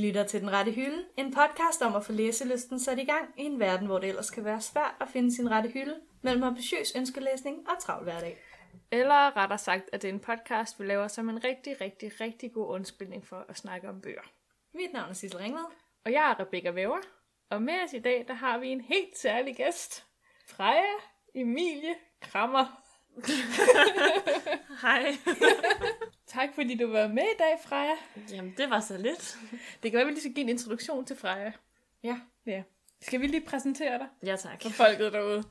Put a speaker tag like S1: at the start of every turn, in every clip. S1: lytter til Den Rette Hylde, en podcast om at få læselysten sat i gang i en verden, hvor det ellers kan være svært at finde sin rette hylde mellem ambitiøs ønskelæsning og travl hverdag.
S2: Eller rettere sagt, at det er en podcast, vi laver som en rigtig, rigtig, rigtig god undskyldning for at snakke om bøger.
S1: Mit navn er Sissel Ringved.
S2: Og jeg er Rebecca Væver, og med os i dag, der har vi en helt særlig gæst. Freja Emilie Krammer.
S3: Hej.
S2: Tak fordi du var med i dag, Freja.
S3: Jamen, det var så lidt.
S2: Det kan være, at vi lige skal give en introduktion til Freja.
S1: Ja.
S2: ja. Skal vi lige præsentere dig
S3: Ja, tak.
S2: for folket derude?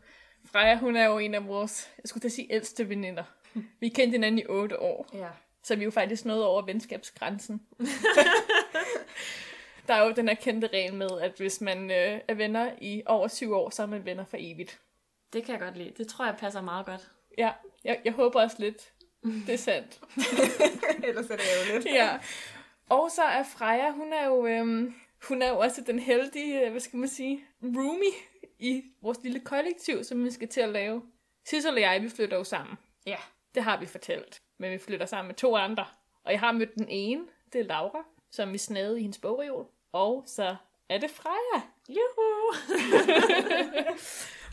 S2: Freja, hun er jo en af vores, jeg skulle til at sige, ældste veninder. Vi kendte hinanden i otte år.
S1: Ja.
S2: Så vi er jo faktisk noget over venskabsgrænsen. der er jo den her kendte regel med, at hvis man øh, er venner i over syv år, så er man venner for evigt.
S3: Det kan jeg godt lide. Det tror jeg passer meget godt.
S2: Ja, jeg, jeg håber også lidt, det er sandt.
S1: Ellers er det ærgerligt.
S2: Ja. Og så er Freja, hun er jo, øhm, hun er jo også den heldige, øh, hvad skal man sige, roomie i vores lille kollektiv, som vi skal til at lave. Sissel og jeg, vi flytter jo sammen.
S1: Ja.
S2: Det har vi fortalt. Men vi flytter sammen med to andre. Og jeg har mødt den ene, det er Laura, som vi snævede i hendes bogreol. Og så er det Freja.
S3: Juhu!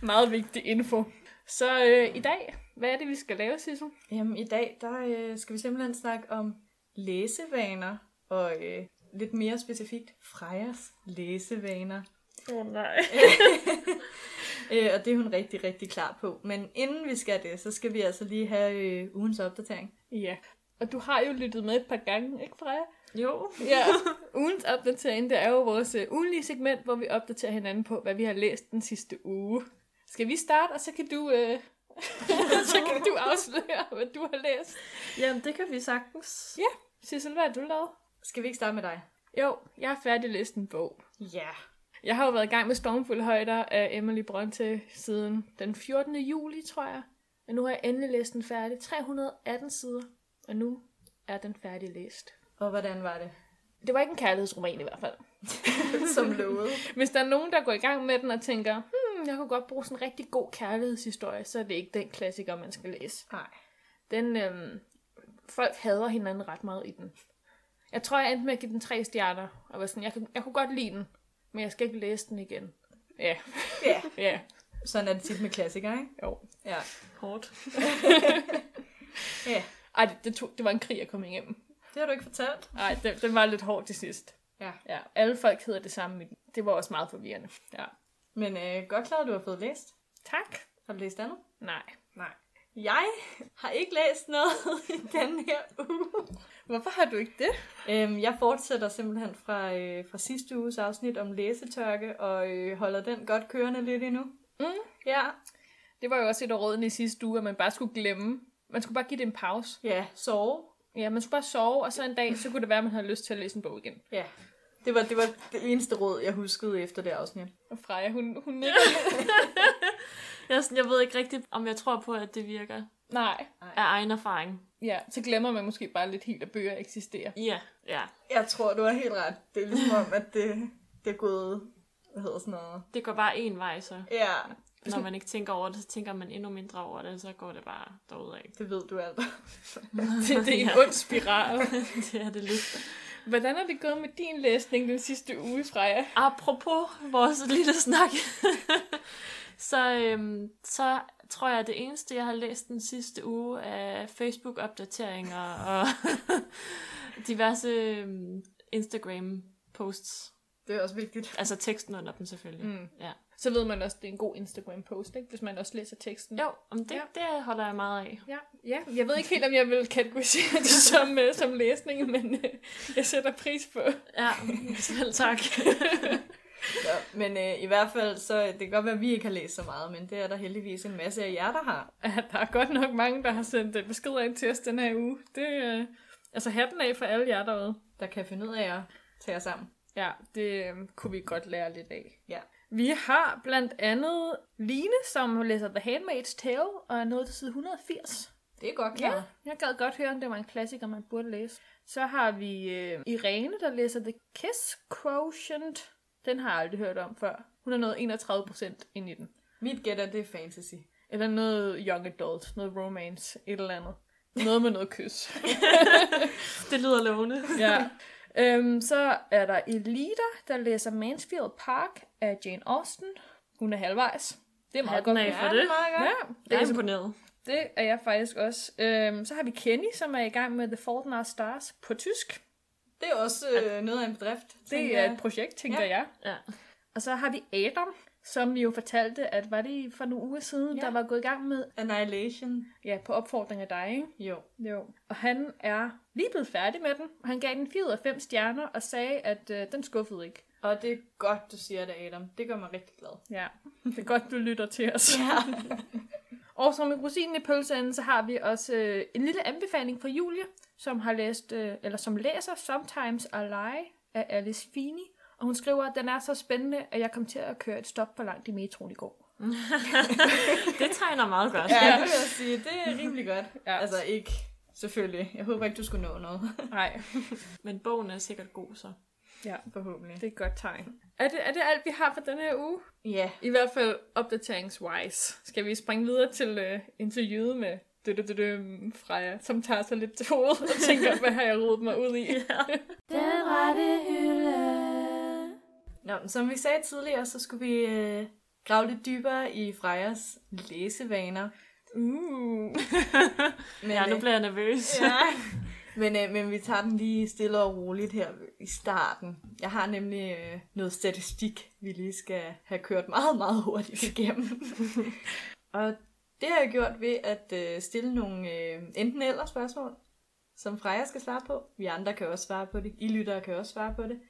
S2: Meget vigtig info. Så øh, i dag, hvad er det, vi skal lave, Sissel?
S1: Jamen, i dag der øh, skal vi simpelthen snakke om læsevaner, og øh, lidt mere specifikt Frejas læsevaner.
S2: Åh oh, nej.
S1: Øh, og det er hun rigtig, rigtig klar på. Men inden vi skal det, så skal vi altså lige have øh, ugens opdatering.
S2: Ja. Og du har jo lyttet med et par gange, ikke Freja?
S3: Jo.
S2: Ja, ugens opdatering, det er jo vores øh, ugenlige segment, hvor vi opdaterer hinanden på, hvad vi har læst den sidste uge. Skal vi starte, og så kan du, øh, så kan du afsløre, hvad du har læst.
S3: Jamen, det kan vi sagtens.
S2: Ja, Sissel, hvad har du lavet?
S1: Skal vi ikke starte med dig?
S2: Jo, jeg har færdiglæst en bog.
S1: Ja.
S2: Jeg har jo været i gang med Stormfulde Højder af Emily Bronte siden den 14. juli, tror jeg. Og nu har jeg endelig læst den færdig. 318 sider. Og nu er den færdig læst.
S1: Og hvordan var det?
S2: Det var ikke en kærlighedsroman i hvert fald.
S1: Som lovet.
S2: Hvis der er nogen, der går i gang med den og tænker, hmm, jeg kunne godt bruge sådan en rigtig god kærlighedshistorie, så er det ikke den klassiker, man skal læse.
S1: Nej.
S2: Den, øhm, folk hader hinanden ret meget i den. Jeg tror, jeg endte med at give den tre stjerner, og var sådan, jeg, kan, jeg kunne godt lide den, men jeg skal ikke læse den igen. Ja,
S1: Ja.
S2: ja,
S1: Sådan er det tit med klassikere, ikke?
S2: jo.
S1: Ja.
S3: Hårdt.
S1: ja.
S2: Ej, det, det, tog, det var en krig at komme igennem.
S1: Det har du ikke fortalt.
S2: Ej, den, den var lidt hård til sidst.
S1: Ja.
S2: Ja, alle folk hedder det samme. i den. Det var også meget forvirrende. Ja.
S1: Men øh, godt klart, at du har fået læst.
S2: Tak.
S1: Har du læst andet?
S2: Nej.
S1: Nej. Jeg har ikke læst noget i den her uge.
S2: Hvorfor har du ikke det?
S1: Øhm, jeg fortsætter simpelthen fra, øh, fra sidste uges afsnit om læsetørke, og øh, holder den godt kørende lidt endnu.
S2: Mm.
S1: Ja,
S2: Det var jo også et af rådene i sidste uge, at man bare skulle glemme. Man skulle bare give det en pause.
S1: ja, sove.
S2: Ja, man skulle bare sove, og så en dag, så kunne det være, at man havde lyst til at læse en bog igen.
S1: Ja. Det var, det var det eneste råd, jeg huskede efter det afsnit.
S2: Og Freja, hun, hun nikker.
S3: Jeg, er sådan- jeg ved ikke rigtigt, om jeg tror på, at det virker
S2: Nej.
S3: af egen erfaring.
S2: Ja, så glemmer man måske bare lidt helt, at bøger eksisterer.
S3: Ja, ja.
S1: Jeg tror, du har helt ret. Det er ligesom om, at det, det er gået... Hvad hedder sådan noget?
S3: Det går bare en vej, så.
S1: Ja,
S3: Når man ikke tænker over det, så tænker man endnu mindre over det, så går det bare derudad.
S1: det ved du alt.
S2: Det, det er en
S3: Ja.
S2: ond spiral.
S3: det er det lidt.
S2: Hvordan er det gået med din læsning den sidste uge, Freja?
S3: Apropos vores lille snak, så, øhm, så tror jeg, at det eneste, jeg har læst den sidste uge, er Facebook-opdateringer og diverse øhm, Instagram-posts.
S1: Det er også vigtigt.
S3: Altså teksten under dem selvfølgelig.
S2: Mm.
S3: Ja.
S2: Så ved man også, at det er en god Instagram-post, ikke? hvis man også læser teksten.
S3: Jo, om det,
S2: Ja.
S3: ja. det holder jeg meget af.
S2: Ja, ja, jeg ved ikke helt, om jeg vil kategorisere det som, øh, som læsning, men øh, jeg sætter pris på.
S3: Ja, selv tak.
S1: Ja, men øh, i hvert fald, så det kan godt være, at vi ikke har læst så meget, men det er der heldigvis en masse af jer, der har.
S2: Ja, der er godt nok mange, der har sendt øh, beskeder ind til os den her uge. Det, øh, altså hatten af for alle jer derude.
S1: Der kan finde ud af at tage jer sammen.
S2: Ja, det øh, kunne vi godt lære lidt af.
S1: Ja.
S2: Vi har blandt andet Line, som læser The Handmaid's Tale, og er nået til side 180.
S1: Det er godt
S2: Ja,
S1: klart.
S2: jeg gad godt høre, om det var en klassiker, man burde læse. Så har vi øh, Irene, der læser The Kiss Quotient. Den har jeg aldrig hørt om før. Hun er nået 31 procent ind i den.
S1: Mit gæt er, det er fantasy.
S2: Eller noget young adult, noget romance, et eller andet. Noget med noget kys.
S3: det lyder lovende.
S2: ja. Øhm, så er der Elita, der læser Mansfield Park af Jane Austen. Hun er halvvejs. Det er meget
S3: Hatten
S2: godt. gået.
S3: af for det.
S2: Ja, det
S3: Jeg
S2: er,
S3: er imponeret.
S2: det er jeg faktisk også. Øhm, så har vi Kenny, som er i gang med The Fault in Our Stars på tysk.
S1: Det er også øh, noget af en bedrift.
S2: Det
S1: tænker
S2: er
S1: jeg.
S2: et projekt, tænker ja. jeg.
S3: Ja.
S2: Og så har vi Adam, som jo fortalte, at var det for nogle uger siden,
S1: Ja.
S2: ja. der var gået i gang med,
S1: Annihilation.
S2: ja, på opfordring af dig, ikke?
S1: Jo.
S2: Jo. Og han er lige blevet færdig med den. Han gav den 4 ud af 5 stjerner og sagde, at øh, den skuffede ikke.
S1: Og det er godt, du siger det, Adam. Det gør mig rigtig glad.
S2: Ja, det er godt, du lytter til os.
S1: Ja.
S2: Og som med rosinen i pølseenden, så har vi også øh, en lille anbefaling fra Julie, som har læst, øh, eller som læser Sometimes I Lie af Alice Fini. Og hun skriver, at den er så spændende, at jeg kom til at køre et stop for langt i metroen i går.
S3: Det tegner meget godt.
S1: ja, det vil jeg sige. Det er rimelig godt.
S2: Ja.
S1: Altså ikke, selvfølgelig. Jeg håber ikke, du skulle nå noget.
S2: Nej,
S3: Men bogen er sikkert god, så.
S1: Forhåbentlig.
S2: det er et godt tegn. Er det, er det alt, vi har for denne her uge?
S1: Ja.
S2: I hvert fald opdateringswise. Skal vi springe videre til øh, interviewet med dødødødøm Freja, som tager sig lidt til hovedet og tænker, hvad har jeg rodet mig ud i?
S4: Den rette hylde.
S1: Nå, men som vi sagde tidligere, så skulle vi øh, grave lidt dybere i Frejas læsevaner.
S2: Uh.
S1: Men,
S3: Ja, nu
S1: øh,
S3: bliver jeg nervøs.
S1: ja. men, øh, men vi tager den lige stille og roligt her i starten. Jeg har nemlig øh, noget statistik, vi lige skal have kørt meget, meget hurtigt igennem. og det har jeg gjort ved at øh, stille nogle øh, enten eller spørgsmål, som Freja skal svare på. Vi andre kan også svare på det. I lyttere kan også svare på det.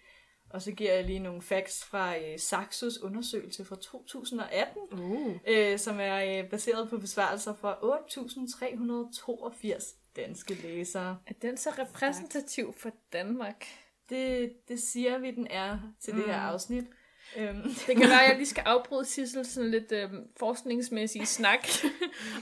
S1: Og så giver jeg lige nogle facts fra øh, Saxos undersøgelse fra 2018,
S3: Uh.
S1: øh, som er øh, baseret på besvarelser fra 8.382 danske læsere.
S2: Er den så repræsentativ for Danmark?
S1: Det, det siger vi, den er til mm. det her afsnit. Øhm,
S2: Det kan være, at jeg lige skal afbryde Sissel sådan lidt øh, forskningsmæssige snak.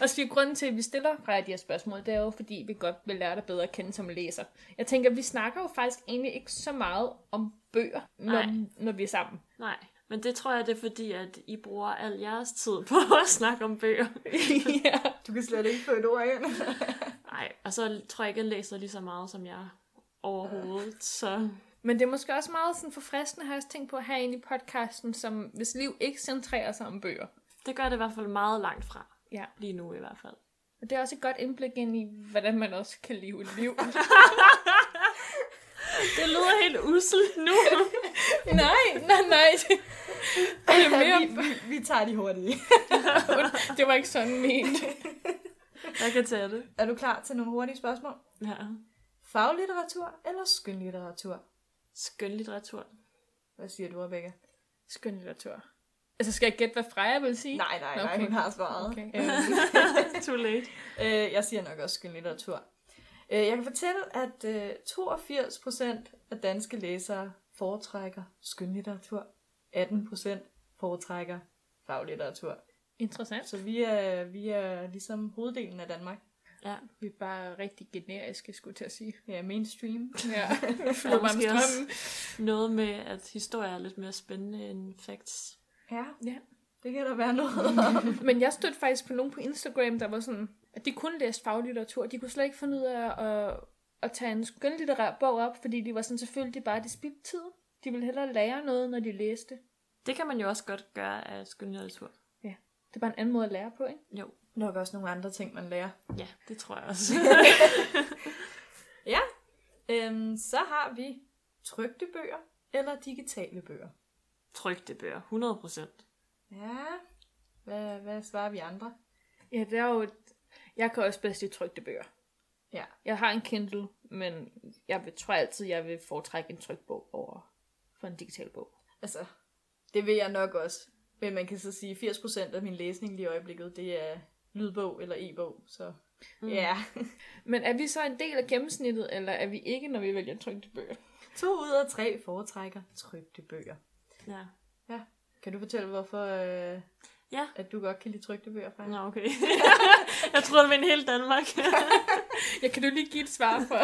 S2: og sige, grunden til, at vi stiller Freja de her spørgsmål, det er jo, fordi vi godt vil lære dig bedre at kende som læser. Jeg tænker, vi snakker jo faktisk egentlig ikke så meget om bøger, når,
S3: Nej.
S2: når vi er sammen.
S3: Nej, men det tror jeg, det er fordi, at I bruger al jeres tid på at snakke om bøger.
S2: ja.
S1: du kan slet ikke få et ord ind.
S3: Nej, og så tror jeg ikke, jeg læser lige så meget, som jeg overhovedet. Så
S2: Men det er måske også meget sådan forfriskende, har jeg også tænkt på, at have en i podcasten, som hvis liv ikke centrerer sig om bøger.
S3: det gør det i hvert fald meget langt fra.
S2: Ja.
S3: Lige nu i hvert fald.
S2: Og det er også et godt indblik ind i, hvordan man også kan leve et liv.
S3: Det lyder helt usselt nu.
S2: nej, nej, nej. Det, det, er
S1: Ja, vi,
S2: mere,
S1: vi, vi tager de hurtige.
S2: det var ikke sådan ment.
S3: Jeg kan tage det.
S1: Er du klar til nogle hurtige spørgsmål?
S3: Ja.
S1: Faglitteratur eller skønlitteratur?
S3: Skøn litteratur.
S1: Hvad siger du, Rebecca?
S2: Skøn litteratur. Altså, skal jeg gætte, hvad Freja vil sige?
S1: Nej, nej, nej,
S2: Okay.
S1: hun har svaret.
S2: Okay.
S1: Øhm,
S3: Too late.
S1: øh, jeg siger nok også skønlitteratur. Øh, jeg kan fortælle, at øh, 82% af danske læsere foretrækker skønlitteratur. 18% foretrækker faglitteratur.
S2: Interessant.
S1: Så vi er, vi er ligesom hoveddelen af Danmark.
S3: Ja,
S2: Vi er bare rigtig generiske, skulle jeg til at sige.
S1: Ja, mainstream.
S2: Ja,
S3: Ja,
S2: flyver bare med
S3: måske også.
S2: strømmen.
S3: noget med, at historie er lidt mere spændende end facts.
S1: Ja,
S2: Ja.
S1: det kan der være noget.
S2: Men jeg stødte faktisk på nogen på Instagram, der var sådan, at de kun læste faglitteratur. De kunne slet ikke finde ud af at, at tage en skønlitterær bog op, fordi de var sådan selvfølgelig bare, det spildte tid. De ville hellere lære noget, når de læste.
S3: Det kan man jo også godt gøre af skøn litteratur.
S2: Det er bare en anden måde at lære på, ikke?
S3: Jo,
S1: Nok også nogle andre ting, man lærer.
S3: ja, det tror jeg også.
S1: Ja, øhm, så har vi trygte bøger eller digitale bøger.
S3: Trygte bøger, 100 procent.
S1: Ja, hvad, hvad svarer vi andre?
S2: Ja, det er jo... Et... Jeg kan også bedst lide trygte bøger.
S1: Ja.
S2: Jeg har en Kindle, men jeg vil, tror altid, jeg vil foretrække en trygt bog over for en digital bog.
S1: Altså, det vil jeg nok også. Men man kan så sige, at 80% af min læsning lige i øjeblikket, det er lydbog eller e-bog. Så mm. ja,
S2: Men er vi så en del af gennemsnittet, eller er vi ikke, når vi vælger trygte bøger?
S1: to ud af tre foretrækker trygte bøger.
S3: Ja.
S1: Ja, kan du fortælle, hvorfor øh,
S3: Ja.
S1: at du godt kan lide trygte bøger, faktisk?
S3: Nå, okay. jeg troede, det var en hel Danmark.
S2: Jeg kan du lige give et svar for?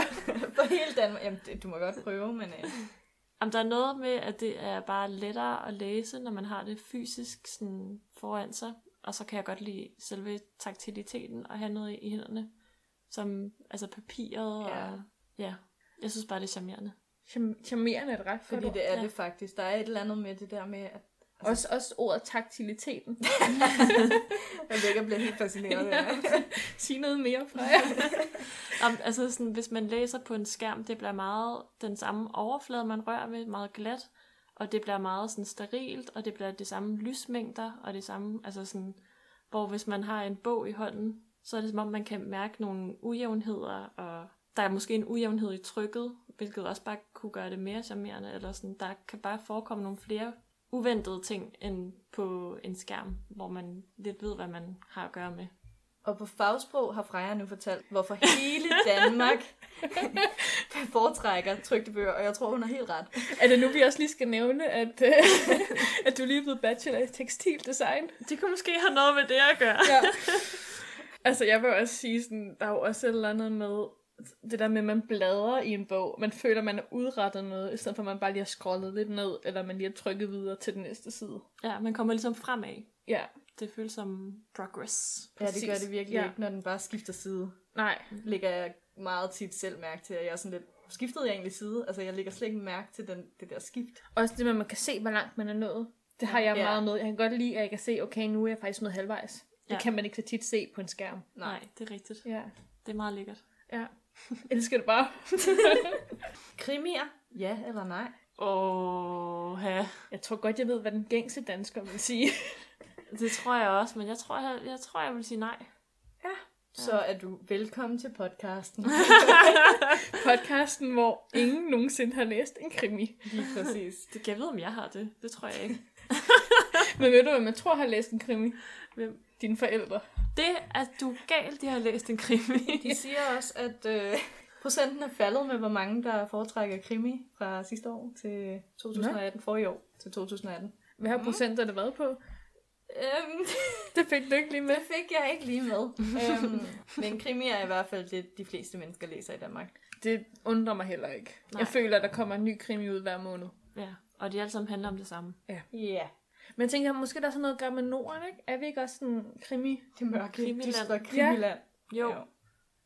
S1: For hele Danmark. Jamen, det, du må godt prøve, men... Øh,
S3: Jamen, der er noget med, at det er bare lettere at læse, når man har det fysisk sådan, foran sig. Og så kan jeg godt lide selve taktiliteten og have noget i hænderne. Som altså papiret ja.
S1: Ja.
S3: og... Ja. Jeg synes bare, det er charmerende.
S2: Charm- charmerende et ret
S1: Fordi
S2: godt
S1: det er
S3: Ja.
S1: det faktisk. Der er et eller andet med det der med, at
S2: ord. Også, også ordet taktiliteten.
S1: jeg ligger og bliver helt fascineret af det.
S2: Sig noget mere fra jer.
S3: Om, altså sådan, hvis man læser på en skærm, det bliver meget den samme overflade, man rører ved, meget glat, og det bliver meget sådan sterilt, og det bliver de samme lysmængder, og det samme, altså sådan, hvor hvis man har en bog i hånden, så er det som om, man kan mærke nogle ujævnheder, og der er måske en ujævnhed i trykket, hvilket også bare kunne gøre det mere charmerende, eller sådan, der kan bare forekomme nogle flere uventede ting end på en skærm, hvor man lidt ved, hvad man har at gøre med.
S1: Og på fagsprog har Freja nu fortalt, hvorfor hele Danmark foretrækker trygte bøger, og jeg tror, hun har helt ret.
S2: er det nu, vi også lige skal nævne, at, øh, at du lige er blevet bachelor i tekstildesign?
S3: Det kunne måske have noget med det at gøre.
S2: Ja. altså, jeg vil også sige, sådan, der er jo også et eller andet med, det der med, at man bladrer i en bog. Man føler, man har udrettet noget, i stedet for, at man bare lige har scrollet lidt ned, eller man lige har trykket videre til den næste side.
S3: Ja, man kommer ligesom fremad.
S2: Ja,
S3: Det føles som progress.
S1: Ja, det gør
S2: Præcis.
S1: det virkelig
S2: Ja.
S1: ja. ikke, når den bare skifter side.
S2: nej.
S1: Lægger jeg meget tit selv mærke til, at jeg er sådan lidt, skiftede jeg egentlig side? Altså, jeg lægger slet ikke mærke til den, det der skift.
S2: Også det med, at man kan se, hvor langt man er nået. Det har jeg
S1: Ja.
S2: meget med. Jeg kan godt lide, at jeg kan se, okay, nu er jeg faktisk nået halvvejs. Det
S3: Ja.
S2: kan man ikke så tit se på en skærm.
S1: Nej.
S3: Nej, det er rigtigt.
S2: Ja.
S3: Det er meget lækkert.
S2: Ja. Elsker det bare.
S1: Krimier? Ja eller nej?
S3: Åh, ja.
S2: Jeg tror godt, jeg ved, hvad den gængse dansker vil sige.
S3: Det tror jeg også, men jeg tror, jeg, jeg, tror, jeg vil sige nej.
S1: Så er du velkommen til podcasten.
S2: Podcasten, hvor ingen nogensinde har læst en krimi.
S1: Lige præcis.
S3: Det kan jeg vide, om jeg har det. Det tror jeg ikke.
S2: Men ved du, hvad man tror har læst en krimi?
S3: Hvem?
S2: Dine forældre.
S3: Det at du er galt, de har læst en krimi.
S1: De siger også, at øh, procenten er faldet med, hvor mange der foretrækker krimi fra sidste år til 2018, forrige år til 2018.
S2: Hvad har procent det været på?
S1: Øhm,
S2: Det fik du ikke lige med.
S1: det fik jeg ikke lige med. øhm, men krimi er i hvert fald det, de fleste mennesker læser i Danmark.
S2: Det undrer mig heller ikke. Nej.
S3: Nej.
S2: Jeg føler, at der kommer en ny krimi ud hver måned.
S3: ja, og de alle sammen handler om det samme.
S1: Ja, yeah.
S2: Men jeg tænker, måske der er sådan noget at gøre med Norden, ikke? Er vi ikke også sådan krimi?
S1: det mørke,
S3: Krimiland.
S1: dystre krimiland.
S3: Jo,
S1: Jo.
S3: jo.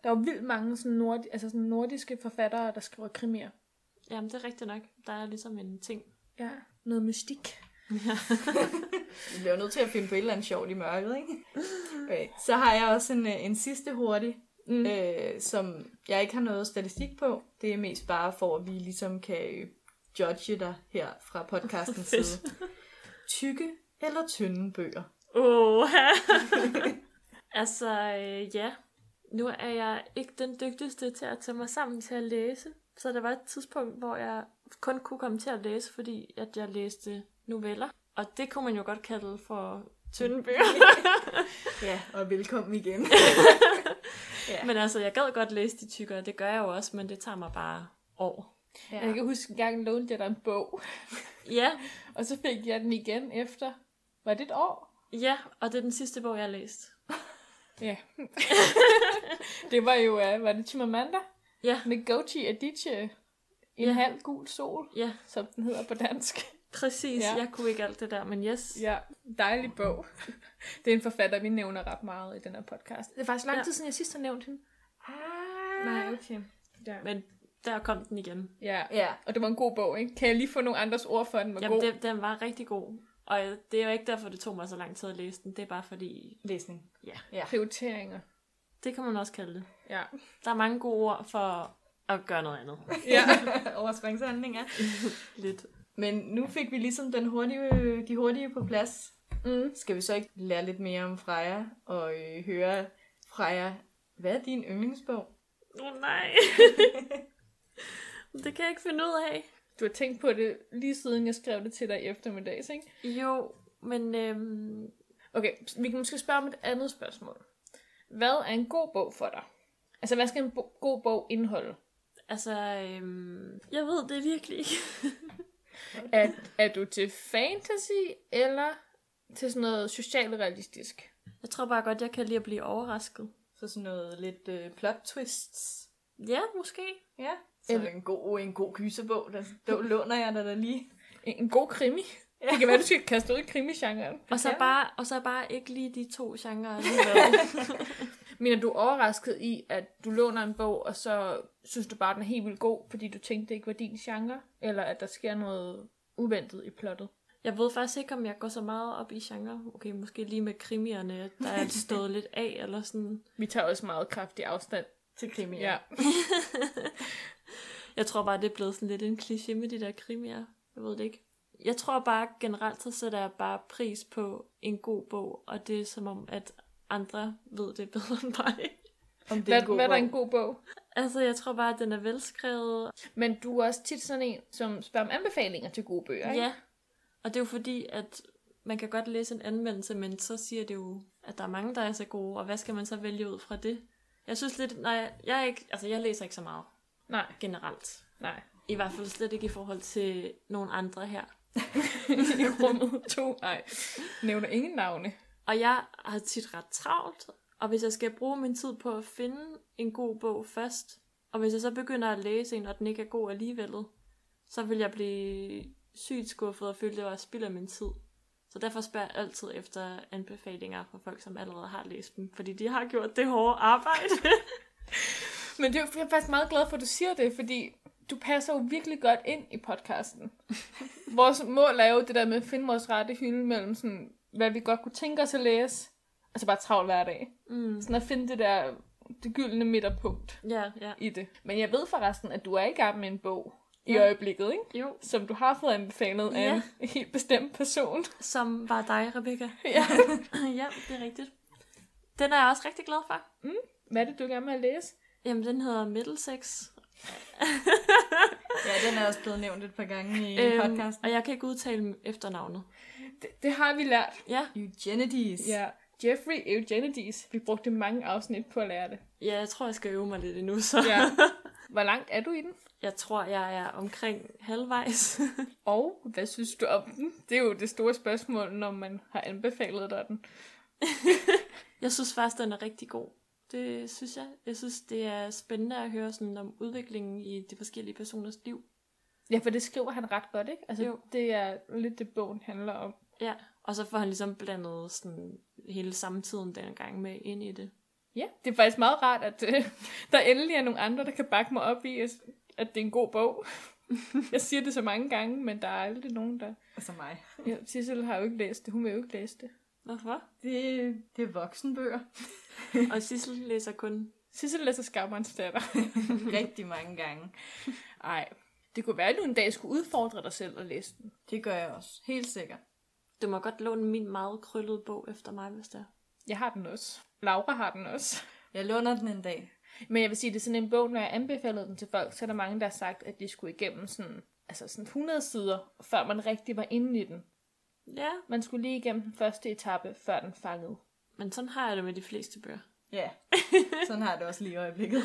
S2: Der er jo vildt mange sådan, nord, altså sådan nordiske forfattere, der skriver krimier.
S3: jamen det er rigtigt nok. Der er ligesom en ting.
S2: Ja, noget mystik.
S1: Vi bliver nødt til at finde på et eller andet sjovt i mørket, ikke? Okay. Så har jeg også en, øh, en sidste hurtig,
S2: Mm.
S1: øh, som jeg ikke har noget statistik på. Det er mest bare for, at vi ligesom kan øh, judge dig her fra podcastens
S3: Fedt.
S1: side. Tykke eller tynde bøger?
S3: Åh, Altså, øh, ja. Nu er jeg ikke den dygtigste til at tage mig sammen til at læse. Så der var et tidspunkt, hvor jeg kun kunne komme til at læse, fordi at jeg læste noveller. Og det kunne man jo godt kalde for tynde bøger.
S1: Ja, og velkommen igen.
S3: men altså, jeg gad godt læse de tykkere, det gør jeg jo også, men det tager mig bare år.
S2: Ja. Jeg kan huske, en gang lånte jeg dig en bog,
S3: Ja,
S2: og så fik jeg den igen efter, var det et år?
S3: ja, og det er den sidste bog, jeg har læst.
S2: Ja. det var jo, uh, var det Chimamanda?
S3: Ja.
S2: Med Gochi Adichie, en
S3: Ja.
S2: halv gul sol,
S3: Ja,
S2: som den hedder på dansk.
S3: præcis.
S2: Ja.
S3: Ja. Jeg kunne ikke alt det der, men yes.
S2: Ja, dejlig bog. Det er en forfatter, vi nævner ret meget i den her podcast. Det er faktisk lang
S3: Ja.
S2: tid siden, jeg sidst har nævnt hende.
S1: Ah.
S2: Nej, okay. Ja.
S3: Men der kom den igen.
S2: ja.
S1: Ja,
S2: Og det var en god bog, ikke? Kan jeg lige få nogle andres ord for, at den var
S3: Jamen,
S2: god?
S3: den, den var rigtig god. Og jeg- det er jo ikke derfor, det tog mig så lang tid at læse den. Det er bare fordi,
S1: læsning.
S2: Prioriteringer.
S3: det kan man også kalde det.
S2: Ja.
S3: Der er mange gode ord for at gøre noget andet.
S2: ja.
S1: Overspringshandlinger.
S3: Lidt.
S1: Men nu fik vi ligesom den hurtige, de hurtige på plads.
S2: Mm.
S1: Skal vi så ikke lære lidt mere om Freja og øh, høre, Freja, hvad er din yndlingsbog?
S3: Åh oh, nej. det kan jeg ikke finde ud af.
S2: Du har tænkt på det lige siden, jeg skrev det til dig i eftermiddags, ikke?
S3: Jo, men øhm,
S2: Okay, vi kan måske spørge om et andet spørgsmål. Hvad er en god bog for dig? Altså, hvad skal en bo- god bog indeholde?
S3: altså, øhm, jeg ved det virkelig ikke.
S2: Er, er du til fantasy, eller til sådan noget socialrealistisk?
S3: Jeg tror bare godt, jeg kan lide at blive overrasket.
S1: Så sådan noget lidt øh, plot twists.
S3: Ja, måske.
S1: Ja. Så
S2: Eller-
S1: en god, en god gyserbog, der, der låner jeg dig da lige.
S2: En en god krimi? Det kan være, du skal kaste ud i krimigenren.
S3: Og så,
S1: kan
S3: bare, og så bare ikke lige de to genrer alligevel.
S2: Men er du overrasket i, at du låner en bog, og så synes du bare, den er helt vildt god, fordi du tænkte, det ikke var din genre? Eller at der sker noget uventet i plottet?
S3: Jeg ved faktisk ikke, om jeg går så meget op i genre. Okay, måske lige med krimierne, der er stået lidt af, eller sådan.
S2: Vi tager også meget kraftig afstand.
S1: Til krimier.
S2: Ja.
S3: Jeg tror bare, det er blevet sådan lidt en kliché med de der krimier. Jeg ved det ikke. Jeg tror bare, generelt så sætter jeg bare pris på en god bog, og det er som om, at andre ved det bedre end mig.
S1: Om det er
S2: Hvad,
S1: en god
S2: hvad er der
S1: bog.
S2: en god bog?
S3: Altså, jeg tror bare, at den er velskrevet,
S2: Men du er også tit sådan en, som spørger om anbefalinger til gode bøger, ikke?
S3: Ja, og det er jo fordi, at man kan godt læse en anmeldelse, men så siger det jo, at der er mange, der er så gode, og hvad skal man så vælge ud fra det? Jeg synes lidt, nej, jeg, er ikke, altså jeg læser ikke så meget
S2: Nej,
S3: generelt.
S2: nej.
S3: I hvert fald slet ikke i forhold til nogen andre her.
S2: I rummet to, nej. Nævner ingen navne.
S3: Og jeg har tit ret travlt, og hvis jeg skal bruge min tid på at finde en god bog først, og hvis jeg så begynder at læse en, og den ikke er god alligevel, så vil jeg blive sygt skuffet og føle, at det var spild af min tid. Så derfor spørger jeg altid efter anbefalinger fra folk, som allerede har læst dem, fordi de har gjort det hårde arbejde.
S2: Men det er, jo- jeg er faktisk meget glad for, at du siger det, fordi du passer jo virkelig godt ind i podcasten. vores mål er jo det der med at finde vores rette hylde mellem, sådan, hvad vi godt kunne tænke os at læse, og så bare travl hver dag.
S3: mm.
S2: Sådan at finde det der det gyldne midterpunkt
S3: Ja, ja.
S2: i det. Men jeg ved forresten, at du er i gang med en bog i
S3: Ja.
S2: øjeblikket, ikke?
S3: Jo,
S2: som du har fået anbefalet af
S3: Ja.
S2: en helt bestemt person.
S3: som var dig, Rebecca.
S2: ja.
S3: ja, det er rigtigt. Den er jeg også rigtig glad for.
S2: Hvad er det, du gerne vil læse?
S3: Jamen, den hedder Middlesex,
S1: Ja, den er også blevet nævnt et par gange i øhm,
S3: øhm,
S1: podcasten.
S3: og jeg kan ikke udtale efternavnet.
S2: Det, det har vi lært.
S3: Ja,
S1: Eugenides.
S2: Ja. Jeffrey Eugenides. Vi brugte mange afsnit på at lære det.
S3: ja, jeg tror, jeg skal øve mig lidt endnu, så
S2: Ja. Hvor langt er du i den?
S3: jeg tror, jeg er omkring halvvejs.
S2: Og hvad synes du om den? Det er jo det store spørgsmål, når man har anbefalet dig den.
S3: jeg synes faktisk, den er rigtig god. Det synes jeg. Jeg synes, det er spændende at høre sådan om udviklingen i de forskellige personers liv.
S2: Ja, for det skriver han ret godt, ikke? Altså,
S3: Jo.
S2: det er lidt det, bogen handler om.
S3: Ja, og så får han ligesom blandet sådan hele samtiden dengang med ind i det.
S2: Ja, det er faktisk meget rart, at øh, der endelig er nogle andre, der kan bakke mig op i, at, at det er en god bog. Jeg siger det så mange gange, men der er aldrig nogen, der...
S1: Altså mig.
S2: Ja, Sissel har jo ikke læst det. Hun vil jo ikke læse det.
S3: Hvorfor?
S1: Det, det er voksenbøger.
S3: Og Sissel læser kun...
S2: Sissel læser Skammerens datter.
S1: Rigtig mange gange.
S2: Ej, det kunne være, at du en dag skulle udfordre dig selv og læse den.
S1: Det gør jeg også. Helt sikkert.
S3: Du må godt låne min meget krøllede bog efter mig, hvis det er.
S2: Jeg har den også. Laura har den også.
S1: Jeg låner den en dag.
S2: Men jeg vil sige, det er sådan en bog, når jeg anbefalede den til folk, så er der mange, der har sagt, at de skulle igennem sådan, altså sådan 100 sider, før man rigtig var inde i den.
S3: Ja,
S2: Man skulle lige igennem den første etape, før den fangede.
S3: men sådan har jeg det med de fleste bøger.
S1: Ja. Sådan har jeg det også lige i øjeblikket.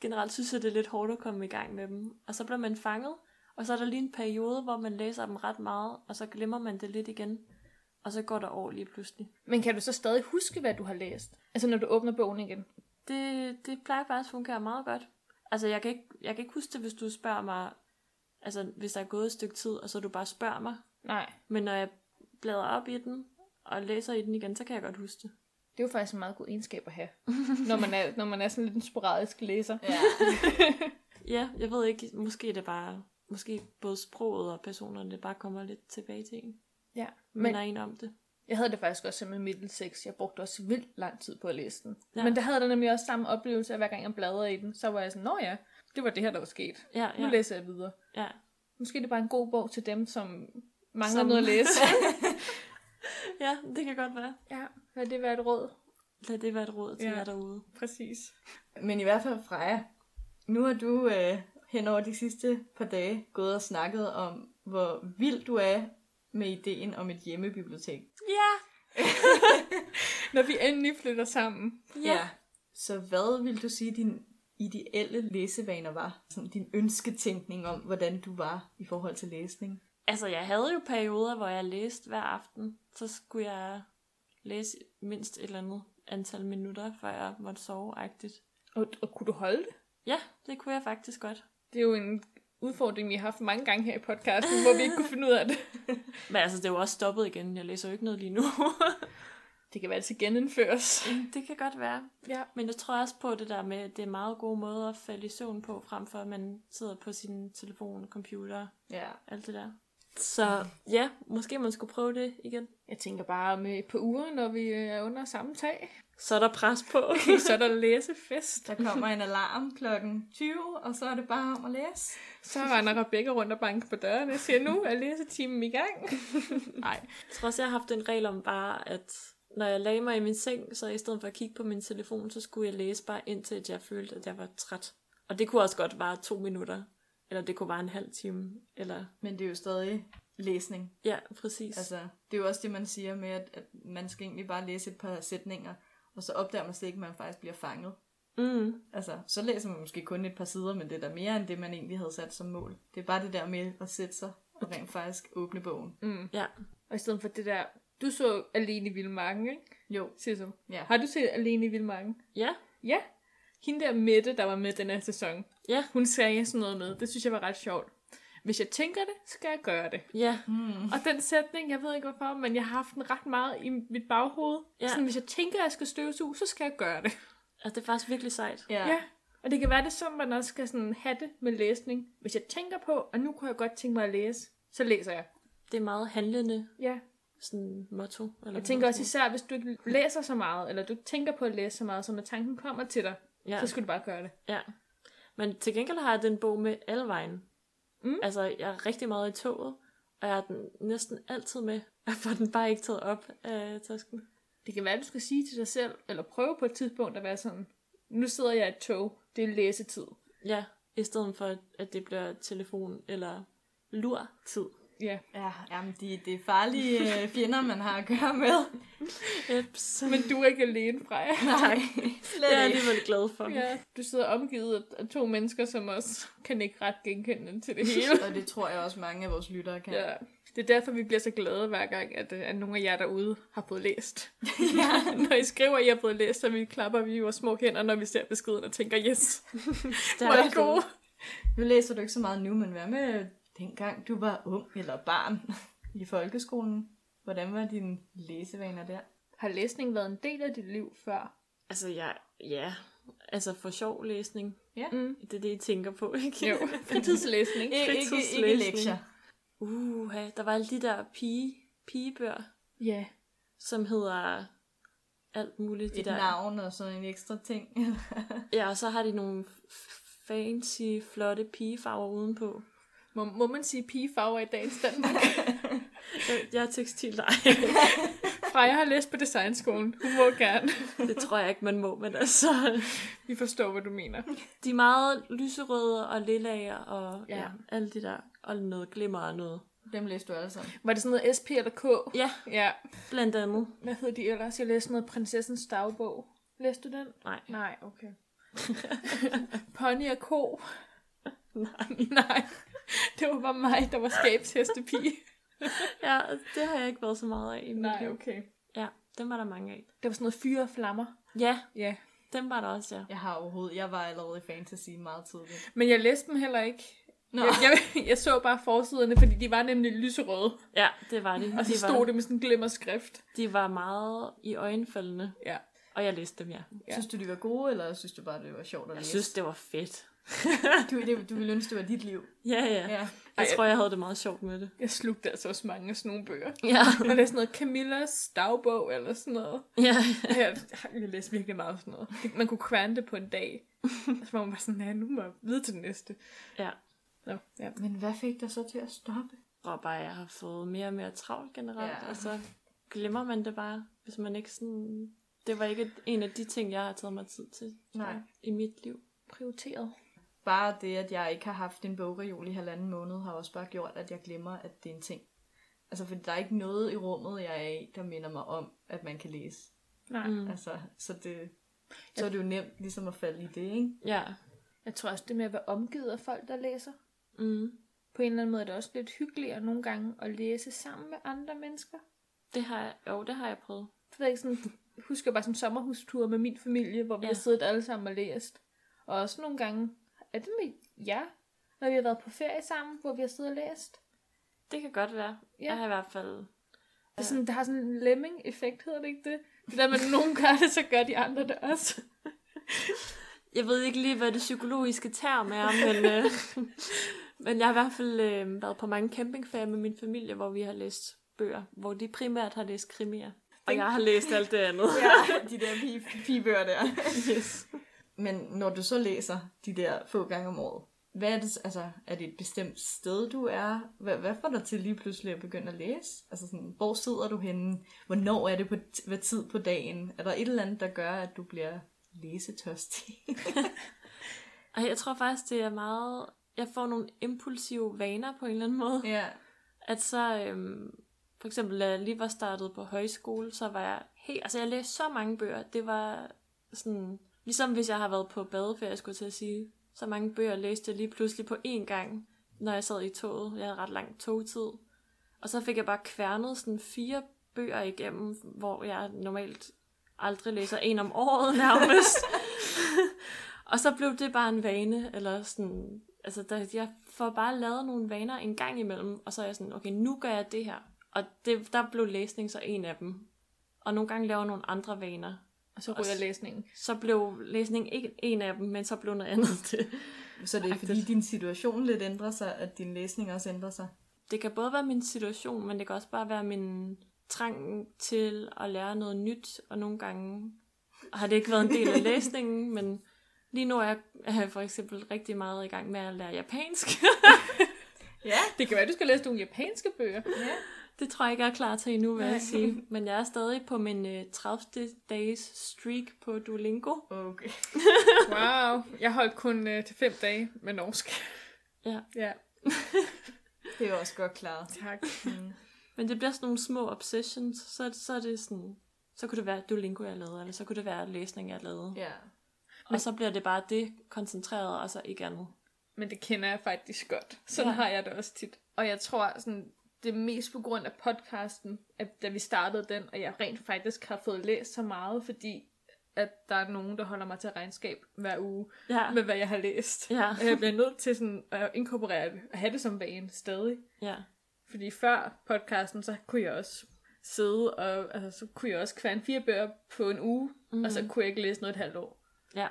S3: generelt synes jeg, det er lidt hårdt at komme i gang med dem. Og så bliver man fanget, og så er der lige en periode, hvor man læser dem ret meget, og så glemmer man det lidt igen. Og så går der år lige pludselig.
S2: Men kan du så stadig huske, hvad du har læst? Altså når du åbner bogen igen.
S3: Det, det plejer faktisk at fungere meget godt. Altså, jeg kan, ikke, jeg kan ikke huske det, hvis du spørger mig, altså, hvis der er gået et stykke tid, og så du bare spørger mig.
S2: Nej,
S3: Men når jeg bladrer op i den, og læser i den igen, så kan jeg godt huske det.
S2: det er jo faktisk en meget god egenskab at have, når man er, når man er sådan lidt en sporadisk læser.
S1: Ja.
S3: Ja, jeg ved ikke, måske er det bare, måske både sproget og personerne, det bare kommer lidt tilbage til en.
S2: Ja,
S3: Men,
S2: men
S3: er en om det.
S2: Jeg havde det faktisk også med Middlesex. Jeg brugte også vildt lang tid på at læse den. Ja.
S3: Ja.
S2: Men der havde der nemlig også samme oplevelse, at hver gang jeg bladrede i den, så var jeg sådan, nå ja, det var det her, der var sket.
S3: Ja,
S2: Nu
S3: ja,
S2: læser jeg videre.
S3: ja.
S2: Måske det er bare en god bog til dem, som mangler som...
S3: Som-
S2: noget at læse.
S3: Ja, det kan godt være.
S2: ja, lad det være et råd.
S3: Lad det være et råd til
S2: Ja.
S3: ja. jer derude.
S2: Præcis.
S1: Men i hvert fald Freja, nu har du øh, hen over de sidste par dage gået og snakket om, hvor vild du er med ideen om et hjemmebibliotek.
S3: Ja!
S2: Når vi endelig flytter sammen.
S3: Ja.
S1: Så hvad vil du sige, din ideelle læsevaner var? Sådan din ønsketænkning om, hvordan du var i forhold til læsning.
S3: Altså, jeg havde jo perioder, hvor jeg læste hver aften. Så skulle jeg læse mindst et eller andet antal minutter, før jeg måtte sove-agtigt.
S2: Og, og kunne du holde det?
S3: Ja, det kunne jeg faktisk godt.
S2: Det er jo en udfordring, vi har haft mange gange her i podcasten, hvor vi ikke kunne finde ud af det.
S3: Men altså, det er jo også stoppet igen. Jeg læser jo ikke noget lige nu.
S2: Det kan være, det skal genindføres.
S3: Det kan godt være.
S2: Ja.
S3: Men jeg tror også på det der med, at det er meget gode måder at falde i søvn på, frem for at man sidder på sin telefon, computer,
S1: Ja.
S3: alt det der. Så ja, måske man skulle prøve det igen.
S2: Jeg tænker bare om et par uger, når vi øh, er under samme tag,
S3: Så er der pres på.
S2: så er der læsefest.
S1: Der kommer en alarm klokken 20, og så er det bare om at læse.
S2: Så render Rebecca rundt og banker på døren og siger, nu er læsetimen i gang. Nej,
S3: Jeg tror også, jeg har haft en regel om bare, at når jeg lagde mig i min seng, så i stedet for at kigge på min telefon, så skulle jeg læse bare indtil, at jeg følte, at jeg var træt. Og det kunne også godt vare to minutter, eller det kunne vare en halv time, eller...
S1: Men det er jo stadig læsning.
S3: Ja, præcis. Altså,
S1: Altså, det er jo også det, man siger med, at, at man skal egentlig bare læse et par sætninger, og så opdager man slet ikke, at man faktisk bliver fanget.
S3: mm,
S1: Altså, så læser man måske kun et par sider, men det er da mere end det, man egentlig havde sat som mål. Det er bare det der med at sætte sig og rent faktisk åbne bogen.
S3: ja.
S2: og i stedet for det der, du så Alene i Vildmarken, ikke?
S1: Jo,
S2: Sissel.
S1: ja.
S2: Har du set Alene i Vildmarken?
S3: Ja,
S2: Ja. Hende der Mette, der var med den her sæson,
S3: Ja.
S2: hun sagde sådan noget med, det synes jeg var ret sjovt. Hvis jeg tænker det, skal jeg gøre det.
S3: ja.
S2: Og den sætning, jeg ved ikke hvorfor, men jeg har haft den ret meget i mit baghoved. Ja.
S3: Ja.
S2: Sådan, hvis jeg tænker, at jeg skal støvsuge, så skal jeg gøre det.
S3: Altså, det er faktisk virkelig sejt.
S1: Ja.
S2: Ja. Og det kan være det er sådan, man også skal sådan have det med læsning. Hvis jeg tænker på, at nu kunne jeg godt tænke mig at læse, så læser jeg.
S3: Det er meget handlende
S2: Ja.
S3: sådan motto. Eller
S2: Jeg tænker
S3: hvad
S2: også især, hvis du ikke læser så meget, eller du ikke tænker på at læse så meget, så når tanken kommer til dig,
S3: man siger.
S2: ja.
S3: ja,
S2: så skal du bare gøre det.
S3: ja. Men til gengæld har jeg den bog med alle vejen.
S2: Mm.
S3: Mm. Altså, jeg er rigtig meget i toget, og jeg har den næsten altid med. Jeg får den bare ikke taget op af tasken.
S2: Det kan være, at du skal sige til dig selv, eller prøve på et tidspunkt at være sådan, nu sidder jeg i et tog, det er læsetid.
S3: Ja, i stedet for, at det bliver telefon eller lur-tid.
S2: Ja.
S1: Ja, jamen, de, det er farlige øh, fjender, man har at gøre med.
S3: Eps.
S2: Men du er ikke alene, Freja.
S1: Nej,
S3: Det er jeg
S1: slet ikke.
S3: alligevel glad for. Ja.
S2: Ja, du sidder omgivet af- af to mennesker, som også kan ikke ret genkende til det hele.
S1: Og det tror jeg også, mange af vores lyttere kan.
S2: Ja. Det er derfor, vi bliver så glade hver gang, at, øh, at nogle af jer derude har fået læst. ja. Når I skriver, at I har fået læst, så vi klapper vi i vores små hænder, når vi ser beskeden og tænker, yes,
S3: Der
S2: hvor er det gode.
S1: Nu læser du ikke så meget nu, men hvad med dengang du var ung eller barn i folkeskolen? Hvordan var dine læsevaner der?
S2: Har læsning været en del af dit liv før?
S3: Altså, jeg, ja, altså for sjov læsning.
S1: Ja.
S3: Mm. Det er det, I tænker på, ikke?
S2: Jo, fritidslæsning.
S1: Ikke, ikke, ikke
S3: Fritidslæsning.
S1: lektier.
S3: Uh, der var alle de der pige, pigebøger,
S2: Ja,
S3: som hedder alt muligt. De
S1: Et
S3: der.
S1: navn og sådan en ekstra ting.
S3: Ja, og så har de nogle f- fancy, flotte pigefarver udenpå.
S2: må, må man sige pigefarver i dagens Danmark?
S3: Jeg, jeg er tekstil, nej.
S2: Freja har læst på designskolen. Hun må gerne.
S3: Det tror jeg ikke, man må, men altså...
S2: Vi forstår, hvad du mener.
S3: De er meget lyserøde og lillager og ja.
S2: Ja.
S3: ja, alle de der. Og noget glimmer og noget.
S1: Dem læste du alle sammen.
S2: Var det sådan noget SP eller K?
S3: Ja,
S2: Ja.
S3: blandt andet.
S2: Hvad hed de ellers? Jeg læste noget Prinsessens Dagbog. Læste du den?
S3: Nej.
S2: Nej, okay. Pony og ko. Nej. Nej. Det var bare mig, der var skabshestepige.
S3: Ja, det har jeg ikke været så meget af i mit
S2: Nej,
S3: liv.
S2: okay.
S3: Ja, dem var der mange af.
S2: Der var sådan noget fyre og flammer.
S3: Ja,
S2: Ja.
S3: dem var der også, ja.
S1: Jeg har overhovedet, jeg var allerede i fantasy meget tidligt.
S2: Men jeg læste dem heller ikke.
S1: Nå.
S2: Jeg, jeg, jeg, så bare forsiderne, fordi de var nemlig lyserøde.
S3: Ja, det var de.
S2: Og så
S3: de,
S2: stod
S3: var,
S2: det med sådan en glimmerskrift.
S3: de var meget i øjenfaldende.
S2: Ja.
S3: Og jeg læste dem, ja.
S2: Ja.
S1: Ja. Synes du, de var gode, eller synes du bare, det var sjovt at
S3: Jeg
S1: læse?
S3: synes, det var fedt.
S1: Du, det, du ville ønske, det var dit liv.
S3: Ja,
S1: Ja.
S3: ja. Jeg
S2: Ej,
S3: tror, jeg havde det meget sjovt med det.
S2: Jeg slugte altså også mange af sådan nogle bøger.
S3: Ja,
S2: Jeg læste noget Camillas dagbog eller sådan noget.
S3: ja.
S2: Jeg, jeg læste virkelig meget sådan noget. Det- Man kunne kværne det på en dag. Så var man bare sådan, ja, nu må jeg videre til den næste.
S3: ja.
S2: Nå, ja.
S1: Men hvad fik dig så til at stoppe?
S3: tror bare, jeg har fået mere og mere travlt generelt,
S1: Ja.
S3: ja. og så glemmer man det bare, hvis man ikke sådan... Det var ikke en af de ting, jeg har taget mig tid til tror
S1: Nej.
S3: jeg, i mit liv.
S2: Prioriteret.
S1: Bare det, at jeg ikke har haft en bogreol i halvanden måned, har også bare gjort, at jeg glemmer, at det er en ting. Altså, for der er ikke noget i rummet, jeg er i, der minder mig om, at man kan læse.
S2: Nej. Mm.
S3: Mm.
S1: Altså, så det, så er det jo nemt ligesom at falde i det, ikke?
S3: Ja.
S2: Jeg tror også, det med at være omgivet af folk, der læser.
S3: Mm.
S2: På en eller anden måde er det også lidt hyggeligere nogle gange at læse sammen med andre mennesker.
S3: Det har jeg, jo, det har jeg prøvet.
S2: Det ved jeg ikke, sådan, jeg husker bare sådan sommerhusture med min familie, hvor vi
S3: Ja.
S2: har siddet alle sammen og læst. Og også nogle gange, er det med jer, når vi har været på ferie sammen, hvor vi har siddet og læst?
S3: Det kan godt være.
S2: Ja.
S3: Ja. Jeg har i hvert fald...
S2: Det er sådan, der har sådan en lemming-effekt, hedder det ikke det? Det der med, at nogen gør det, så gør de andre det også.
S3: Jeg ved ikke lige, hvad det psykologiske term er, men, øh, men jeg har i hvert fald øh, været på mange campingferier med min familie, hvor vi har læst bøger, hvor de primært har læst krimier. Og jeg har læst alt det andet.
S1: Ja, de der pige- pigebøger der.
S3: yes.
S1: Men når du så læser de der få gange om året, hvad er det, altså, er det et bestemt sted, du er? Hvad, hvad får dig til lige pludselig at begynde at læse? Altså sådan, hvor sidder du henne? Hvornår er det på, t- hvad tid på dagen? Er der et eller andet, der gør, at du bliver læsetørstig?
S3: Og jeg tror faktisk, det er meget... Jeg får nogle impulsive vaner på en eller anden måde.
S1: ja.
S3: At så, øhm, for eksempel, da jeg lige var startet på højskole, så var jeg helt... Altså, jeg læste så mange bøger. Det var sådan... Ligesom hvis jeg har været på badeferie, skulle jeg til at sige. Så mange bøger læste jeg lige pludselig på én gang, når jeg sad i toget. Jeg havde ret lang togtid. Og så fik jeg bare kværnet sådan fire bøger igennem, hvor jeg normalt aldrig læser en om året nærmest. og så blev det bare en vane, eller sådan, altså der, jeg får bare lavet nogle vaner en gang imellem, og så er jeg sådan, okay, nu gør jeg det her. Og det, der blev læsning så en af dem. Og nogle gange laver jeg nogle andre vaner.
S2: Og så ryger læsningen.
S3: Så blev læsning ikke en af dem, men så blev noget andet det.
S1: Så det er fordi din situation lidt ændrer sig, at din læsning også ændrer sig?
S3: det kan både være min situation, men det kan også bare være min trang til at lære noget nyt, og nogle gange har det ikke været en del af læsningen, men lige nu er jeg er jeg for eksempel rigtig meget i gang med at lære japansk.
S1: Ja.
S2: Det kan være, du skal læse nogle japanske bøger.
S1: ja.
S3: det tror jeg ikke, jeg er klar til endnu, vil
S2: Nej.
S3: jeg sige. Men jeg er stadig på min øh, 30 dages streak på Duolingo.
S1: Okay.
S2: Wow. Jeg holdt kun øh, til fem dage med norsk.
S3: Ja.
S2: Ja,
S1: Det er jo også godt klaret.
S2: tak.
S1: Mm.
S3: Men det bliver sådan nogle små obsessions, så, så er det sådan... Så kunne det være Duolingo, jeg lavede, eller så kunne det være læsning, jeg lavede.
S1: Ja.
S3: Og så bliver det bare det koncentreret, og så ikke andet.
S2: Men det kender jeg faktisk godt. Sådan
S3: Ja.
S2: ja. har jeg det også tit. Og jeg tror, sådan, det er mest på grund af podcasten, at da vi startede den, og jeg rent faktisk har fået læst så meget, fordi at der er nogen, der holder mig til regnskab hver uge
S3: Ja,
S2: med, hvad jeg har læst.
S3: ja,
S2: Og jeg bliver nødt til sådan at inkorporere det, og have det som vane stadig.
S3: ja.
S2: Fordi før podcasten, så kunne jeg også sidde, og altså, så kunne jeg også kværne fire bøger på en uge, mm. og så kunne jeg ikke læse noget et halvt år.
S3: Ja,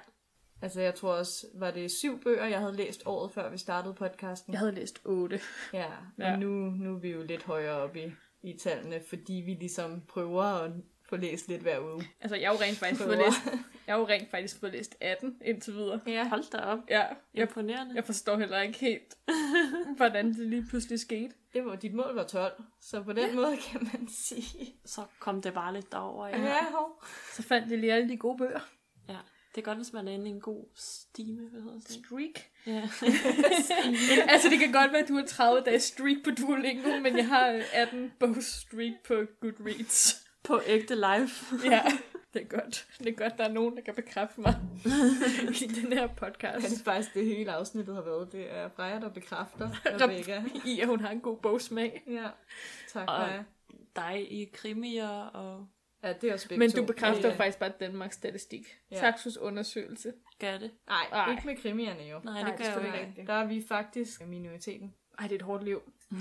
S1: Altså jeg tror også, var det syv bøger, jeg havde læst året før vi startede podcasten?
S2: Jeg havde læst otte.
S1: Ja,
S2: Ja.
S1: og nu, nu er vi jo lidt højere oppe i, i tallene, fordi vi ligesom prøver at få læst lidt hver uge.
S2: Altså, jeg har jo rent faktisk fået
S1: Prøver.
S2: læst, jeg har jo rent faktisk fået læst 18 indtil videre.
S1: Ja.
S3: hold da op.
S2: Ja, jeg,
S3: Imponerende.
S2: jeg forstår heller ikke helt, hvordan det lige pludselig skete.
S1: Det var, dit mål var 12, så på den ja. måde kan man sige.
S3: Så kom det bare lidt derover. Ja.
S1: Ja, hov.
S2: Så fandt jeg lige alle de gode bøger.
S3: ja. Det er godt, hvis man er inde i en god stime, hvad hedder det?
S2: Streak.
S3: Ja.
S2: altså, det kan godt være, at du har 30 dages streak på Duolingo, men jeg har øh, 18 bogs streak på Goodreads.
S3: På ægte live.
S2: Ja, det er godt. Det er godt, der er nogen, der kan bekræfte mig i den her
S1: Det
S2: podcast.
S1: er faktisk det hele afsnittet har været. Det er Freja, der bekræfter
S2: Der-
S1: Rebecca.
S2: I, at hun har en god bogsmag.
S1: Ja, tak
S3: Og-
S1: Freja.
S3: Dig i krimier og
S1: Ja, det er også begge
S2: Men
S1: to.
S2: du bekræfter
S1: Ja, ja.
S2: faktisk bare Danmarks statistik.
S1: Ja.
S2: Saxos undersøgelse.
S3: gatte.
S1: Nej,
S2: Ej.
S1: ikke med krimierne jo.
S3: Nej, det
S2: det
S3: gør jeg
S2: skal
S3: jo
S2: du
S3: ikke.
S2: ikke.
S1: Nej, der er vi faktisk minoriteten.
S2: Ej, det er et hårdt liv.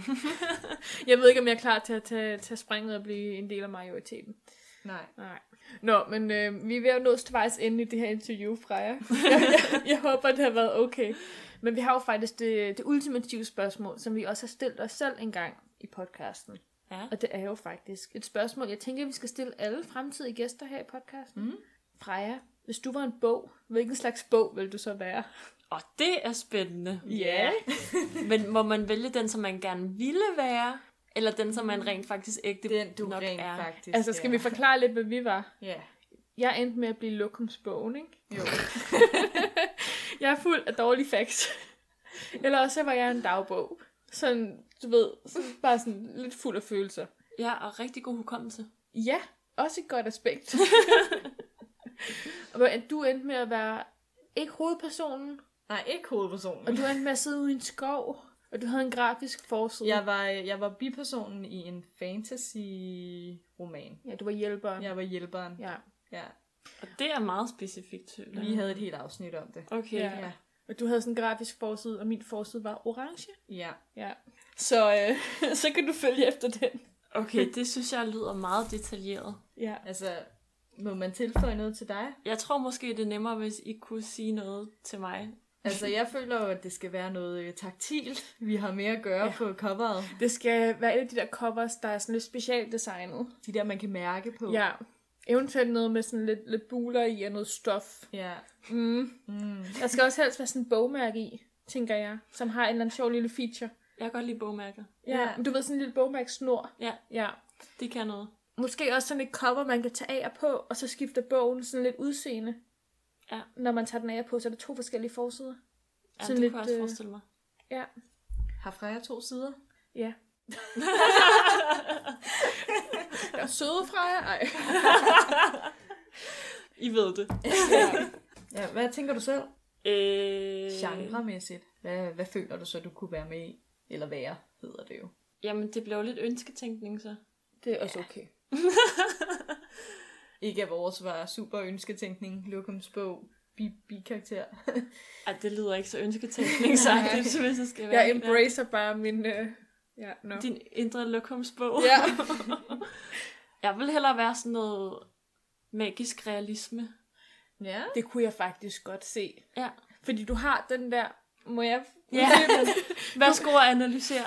S2: jeg ved ikke, om jeg er klar til at tage, tage springet og blive en del af majoriteten.
S1: Nej.
S2: Nej. Nå, men øh, vi er ved at nå til vejs ende i det her interview, Freja. Jeg, jeg, jeg håber, det har været okay. Men vi har jo faktisk det, det ultimative spørgsmål, som vi også har stillet os selv en gang i podcasten.
S3: Ja.
S2: Og det er jo faktisk et spørgsmål, jeg tænker, vi skal stille alle fremtidige gæster her i podcasten. Mm. Freja, hvis du var en bog, hvilken slags bog ville du så være?
S3: Og det er spændende.
S2: Ja.
S3: Men må man vælge den, som man gerne ville være? Eller den, som man rent faktisk ægte
S1: Den du
S3: nok
S1: rent
S3: er?
S1: faktisk
S2: Altså, skal
S1: er.
S2: vi forklare lidt, hvad vi var?
S1: Ja.
S2: Jeg endte med at blive lokumsbogen, ikke?
S1: Jo.
S2: Jeg er fuld af dårlige facts. Eller også var jeg en dagbog. Sådan, du ved, sådan, bare sådan lidt fuld af følelser.
S3: Ja, og rigtig god hukommelse.
S2: Ja, også et godt aspekt. og at du endte med at være ikke hovedpersonen,
S1: Nej, ikke hovedpersonen.
S2: og du endte med at sidde ude i en skov, og du havde en grafisk forside.
S1: Jeg var, jeg var bipersonen i en fantasy-roman.
S2: ja du var hjælperen.
S1: Jeg var hjælperen. Ja.
S2: ja.
S1: ja.
S3: Og det er meget specifikt. føler
S1: Vi
S3: jeg.
S1: havde et helt afsnit om det.
S3: Okay.
S2: Ja.
S3: Ja.
S2: Og du havde sådan en grafisk forside, og min forside var orange.
S1: Ja.
S2: Ja. Så, øh, så kan du følge efter den.
S3: Okay, det synes jeg lyder meget detaljeret.
S2: Ja.
S1: Altså, må man tilføje noget til dig?
S3: Jeg tror måske, det er nemmere, hvis I kunne sige noget til mig.
S1: Altså, jeg føler jo, at det skal være noget øh, taktilt, vi har med at gøre ja. på coveret.
S2: Det skal være et af de der covers, der er sådan lidt specialdesignet.
S1: De der, man kan mærke på.
S2: Ja. Eventuelt noget med sådan lidt, lidt buler i og noget stof.
S1: Ja.
S2: Mm.
S1: Mm.
S2: Der skal også helst være sådan en bogmærke i, tænker jeg, som har en eller anden sjov lille feature.
S3: Jeg kan godt lide bogmærker.
S1: Ja.
S2: Ja. Men Du ved, sådan en lille bogmærksnor.
S3: Ja.
S2: ja.
S3: Det kan noget.
S2: Måske også sådan et cover, man kan tage af og på, og så skifter bogen sådan lidt udseende.
S3: Ja.
S2: Når man tager den af og på, så er der to forskellige forsider.
S3: Ja,
S2: Sådan
S3: det
S2: lidt,
S3: kunne jeg også
S2: øh,
S3: forestille mig.
S2: Ja.
S1: Har Freja to sider?
S2: Ja. der er søde fra jer. Ej.
S3: I ved det.
S1: Ja, hvad tænker du selv?
S3: Øh...
S1: Genremæssigt. Hvad, hvad føler du så, du kunne være med i? Eller være, hedder det jo.
S3: Jamen, det blev jo lidt ønsketænkning så.
S2: Det er også okay.
S1: Ikke at vores var super ønsketænkning, Lukums bog, bi- bi-karakter.
S3: Ej, det lyder ikke så ønsketænkning så det hvis jeg skal være.
S2: Jeg
S3: en af-
S2: embracer bare min... Øh... Ja, no.
S3: Din indre lokumsbog.
S2: Ja.
S3: Jeg vil hellere være sådan noget magisk realisme.
S1: Ja.
S2: Det kunne jeg faktisk godt se.
S3: Ja.
S2: Fordi du har den der... Må jeg...
S3: Ja. Værsgo at analysere.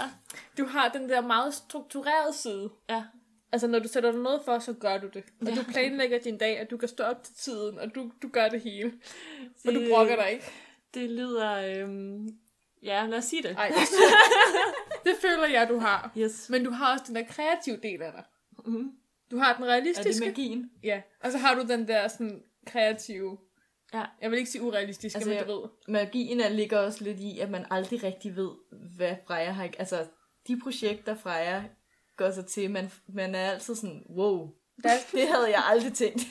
S2: Du har den der meget strukturerede side.
S3: Ja.
S2: Altså, når du sætter dig noget for, så gør du det. Og du planlægger din dag, og du kan stå op til tiden, og du, du gør det hele. Og du
S3: Det-
S2: brokker dig ikke.
S3: Det lyder... Øhm... Ja, lad os sige det.
S2: Ej, det føler jeg, du har.
S3: Yes.
S2: Men du har også den der kreative del af dig.
S3: Mm.
S2: Du har den
S1: Mm-hmm. Er det
S2: realistiske.
S1: magien?
S2: Ja, og så har du den der sådan kreative...
S3: Ja.
S2: Jeg vil ikke sige urealistiske,
S1: Altså,
S2: altså, men
S1: jeg-
S2: du ved.
S1: Magien er, ligger også lidt i, at man aldrig rigtig ved, hvad Freja har... Altså, de projekter Freja går sig til, man, man er altid sådan, wow,
S2: Der-
S1: det havde jeg aldrig tænkt.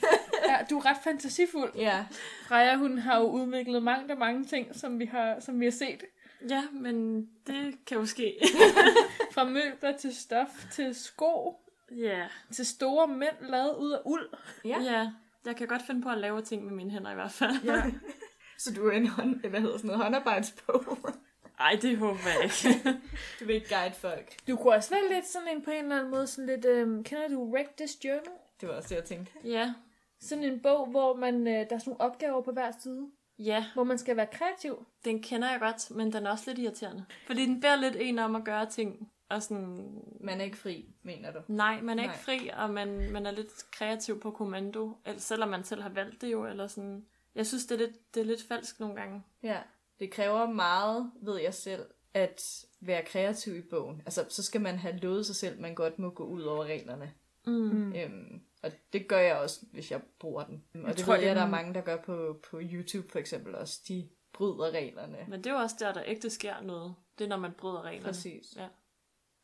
S2: Ja, du er ret fantasifuld.
S1: ja,
S2: Freja, hun har jo udviklet mange der mange ting, som vi har, som vi har set.
S3: Ja, men det kan jo ske.
S2: Fra møbler til stof til sko
S3: ja.
S2: til store mænd lavet ud af uld.
S1: Ja.
S3: ja. Ja. Jeg kan godt finde på at lave ting med mine hænder i hvert fald.
S2: Ja.
S1: så du er en hånd, hvad hedder sådan noget, håndarbejdsbog.
S3: Ej, det håber jeg ikke.
S1: du vil ikke guide folk.
S2: Du kunne også være lidt sådan en på en eller anden måde, sådan lidt, øhm, kender du Wreck This Journal?
S1: Det var også det, jeg tænkte.
S3: ja.
S2: Sådan en bog, hvor man, øh, der er sådan nogle opgaver på hver side,
S3: Ja,
S2: hvor man skal være kreativ.
S3: den kender jeg godt, men den er også lidt irriterende. Fordi den bærer lidt en om at gøre ting, og sådan,
S1: Man er ikke fri, mener du?
S3: nej, man er ikke
S1: Nej.
S3: fri, og man, man er lidt kreativ på kommando, eller selvom man selv har valgt det jo, eller sådan. Jeg synes, det er lidt, det er lidt falsk nogle gange.
S1: Ja. Det kræver meget, ved jeg selv, at være kreativ i bogen. Altså, så skal man have lovet sig selv, man godt må gå ud over reglerne.
S3: Mm.
S1: Mm. Øhm, og det gør jeg også, hvis jeg bruger den. Og jeg det tror, ved jeg, der er mange, der gør på, på YouTube for eksempel også. De bryder reglerne.
S3: Men det er jo også der, der ægte sker noget. Det er, når man bryder reglerne.
S1: Præcis.
S3: Ja.